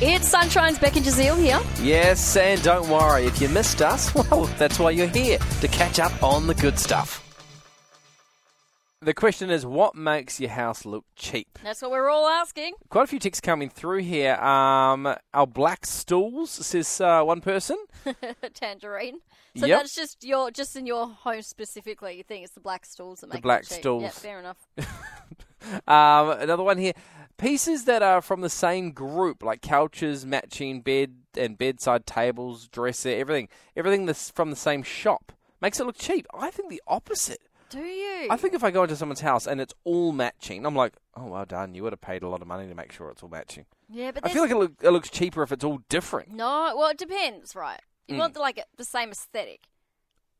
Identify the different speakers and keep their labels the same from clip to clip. Speaker 1: It's Sunshine's Becky Jazeel here.
Speaker 2: Yes, and don't worry, if you missed us, well, that's why you're here, to catch up on the good stuff. The question is, what makes your house look cheap?
Speaker 1: That's what we're all asking.
Speaker 2: Quite a few texts coming through here. Um, our black stools, says uh, one person.
Speaker 1: Tangerine. So
Speaker 2: Yep.
Speaker 1: that's just your just in your home specifically. You think it's the black stools that make
Speaker 2: black
Speaker 1: it cheap. Yeah,
Speaker 2: stools.
Speaker 1: fair enough.
Speaker 2: Um, another one here. Pieces that are from the same group, like couches, matching bed and bedside tables, dresser, everything. Everything that's from the same shop makes it look cheap. I think the opposite.
Speaker 1: Do you?
Speaker 2: I think if I go into someone's house and it's all matching, I'm like, oh well done. You would have paid a lot of money to make sure it's all matching.
Speaker 1: yeah, but
Speaker 2: I feel
Speaker 1: there's-
Speaker 2: like it, look, it looks cheaper if it's Mm. all different.
Speaker 1: no. Well, it depends, right? You want the, like the same aesthetic,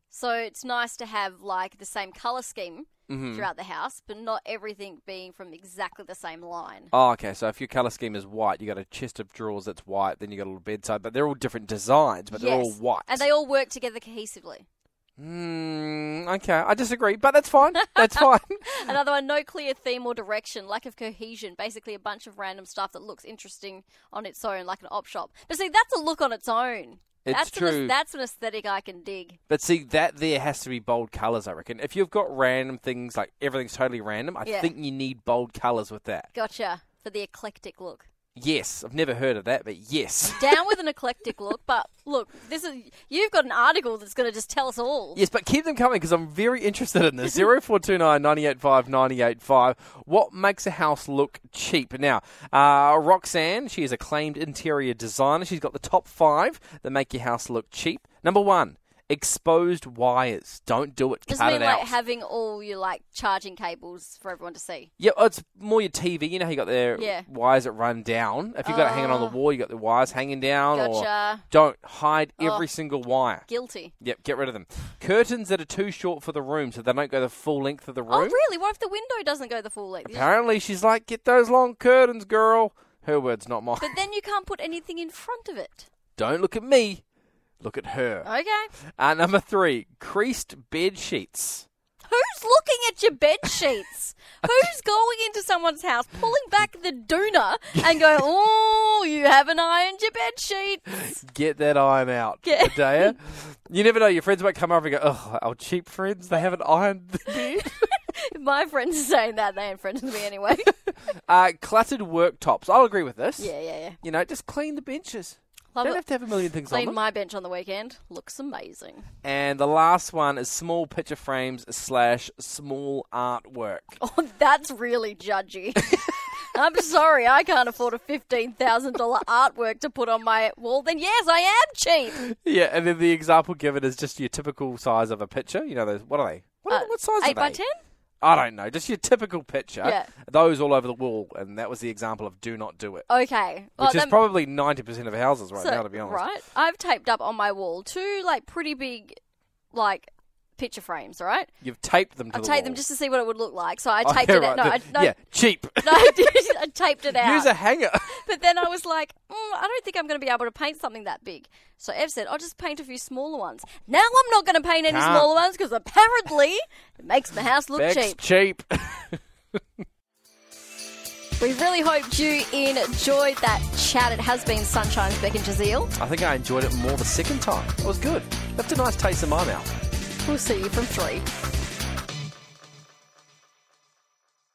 Speaker 1: so it's nice to have like the same color scheme
Speaker 2: Mm-hmm.
Speaker 1: throughout the house, but not everything being from exactly the same line.
Speaker 2: Oh, okay. So if your color scheme is white, you got a chest of drawers that's white, then you got a little bedside, but they're all different designs, but they're all
Speaker 1: Yes.
Speaker 2: white.
Speaker 1: and they all work together cohesively.
Speaker 2: Mm, okay, I disagree, but that's fine. That's fine.
Speaker 1: Another one, no clear theme or direction, lack of cohesion, basically a bunch of random stuff that looks interesting on its own, like an op shop. But see, that's a look on its own.
Speaker 2: It's
Speaker 1: that's An,
Speaker 2: true.
Speaker 1: that's an aesthetic I can dig.
Speaker 2: But see, that there has to be bold colours, I reckon. If you've got random things, like everything's totally random, I
Speaker 1: Yeah.
Speaker 2: think you need bold colours with that.
Speaker 1: Gotcha. For the eclectic look.
Speaker 2: Yes, I've never heard of that, but yes.
Speaker 1: Down with an eclectic look, but look, this is you've got an article that's going to just tell us all.
Speaker 2: Yes, but keep them coming because I'm very interested in this. 0429 985 985. What makes a house look cheap? Now, uh, Roxanne, she is acclaimed interior designer. She's got the top five that make your house look cheap. Number one, exposed wires. Don't do it.
Speaker 1: Just
Speaker 2: Cut
Speaker 1: mean
Speaker 2: it
Speaker 1: like
Speaker 2: out.
Speaker 1: having all your like charging cables for everyone to see.
Speaker 2: Yeah, oh, it's more your TV. You know how you got the
Speaker 1: Yeah. Oh.
Speaker 2: wires that run down. If you've got it hanging on the wall, you got the wires hanging down. Or
Speaker 1: Gotcha. Oh.
Speaker 2: don't hide every single wire.
Speaker 1: Guilty.
Speaker 2: Yep, get rid of them. Curtains that are too short for the room, so they don't go the full length of the room.
Speaker 1: Oh really? What if the window doesn't go the full length?
Speaker 2: Apparently, she's like, "Get those long curtains, girl." Her words, not mine.
Speaker 1: But then you can't put anything in front of it.
Speaker 2: don't look at me. Look at her.
Speaker 1: Okay.
Speaker 2: Uh, number three, creased bed sheets.
Speaker 1: Who's looking at your bed sheets? Who's going into someone's house, pulling back the doona, and going, "Oh, you haven't ironed your bed sheets."
Speaker 2: Get that iron out,
Speaker 1: Yeah.
Speaker 2: Adea. You never know. Your friends might come over and go, "Oh, our cheap friends. They haven't ironed the bed."
Speaker 1: My friends are saying that they ain't friends with me anyway.
Speaker 2: Uh, cluttered worktops. I'll agree with this.
Speaker 1: yeah, yeah, yeah.
Speaker 2: You know, just clean the benches.
Speaker 1: Love
Speaker 2: Don't
Speaker 1: it.
Speaker 2: have to have a million things on
Speaker 1: Cleaned
Speaker 2: them.
Speaker 1: my bench on the weekend. Looks amazing.
Speaker 2: and the last one is small picture frames slash small artwork.
Speaker 1: Oh, that's really judgy. I'm sorry, I can't afford a fifteen thousand dollar artwork to put on my wall. Then yes, I am cheap.
Speaker 2: Yeah, and then the example given is just your typical size of a picture. You know, those, what are they? What, are-
Speaker 1: Uh,
Speaker 2: what size
Speaker 1: Eight
Speaker 2: are they?
Speaker 1: by ten.
Speaker 2: I don't know. Just your typical picture.
Speaker 1: Yeah.
Speaker 2: Those all over the wall, and that was the example of do not do it,
Speaker 1: Okay. Well,
Speaker 2: which is
Speaker 1: then-
Speaker 2: probably ninety percent of houses right now, to be honest.
Speaker 1: Oh, Right? I've taped up on my wall two like pretty big like picture frames, right?
Speaker 2: You've taped them. to
Speaker 1: I
Speaker 2: the
Speaker 1: taped
Speaker 2: wall.
Speaker 1: them just to see what it would look like. So I
Speaker 2: Oh,
Speaker 1: taped
Speaker 2: yeah,
Speaker 1: it out.
Speaker 2: right.
Speaker 1: No, I,
Speaker 2: The-
Speaker 1: no,
Speaker 2: yeah, cheap.
Speaker 1: no, I, did- I taped it out.
Speaker 2: Use a hanger.
Speaker 1: But then I was like, mm, I don't think I'm going to be able to paint something that big. So Ev said, I'll just paint a few smaller ones. Now I'm not going to paint any
Speaker 2: Can't.
Speaker 1: smaller ones because apparently it makes my house look
Speaker 2: Beck's
Speaker 1: cheap.
Speaker 2: cheap.
Speaker 1: We really hoped you enjoyed that chat. It has been Sunshine's Beck and Jazeel.
Speaker 2: I think I enjoyed it more the second time. It was good. Left a nice taste in my mouth.
Speaker 1: We'll see you from three.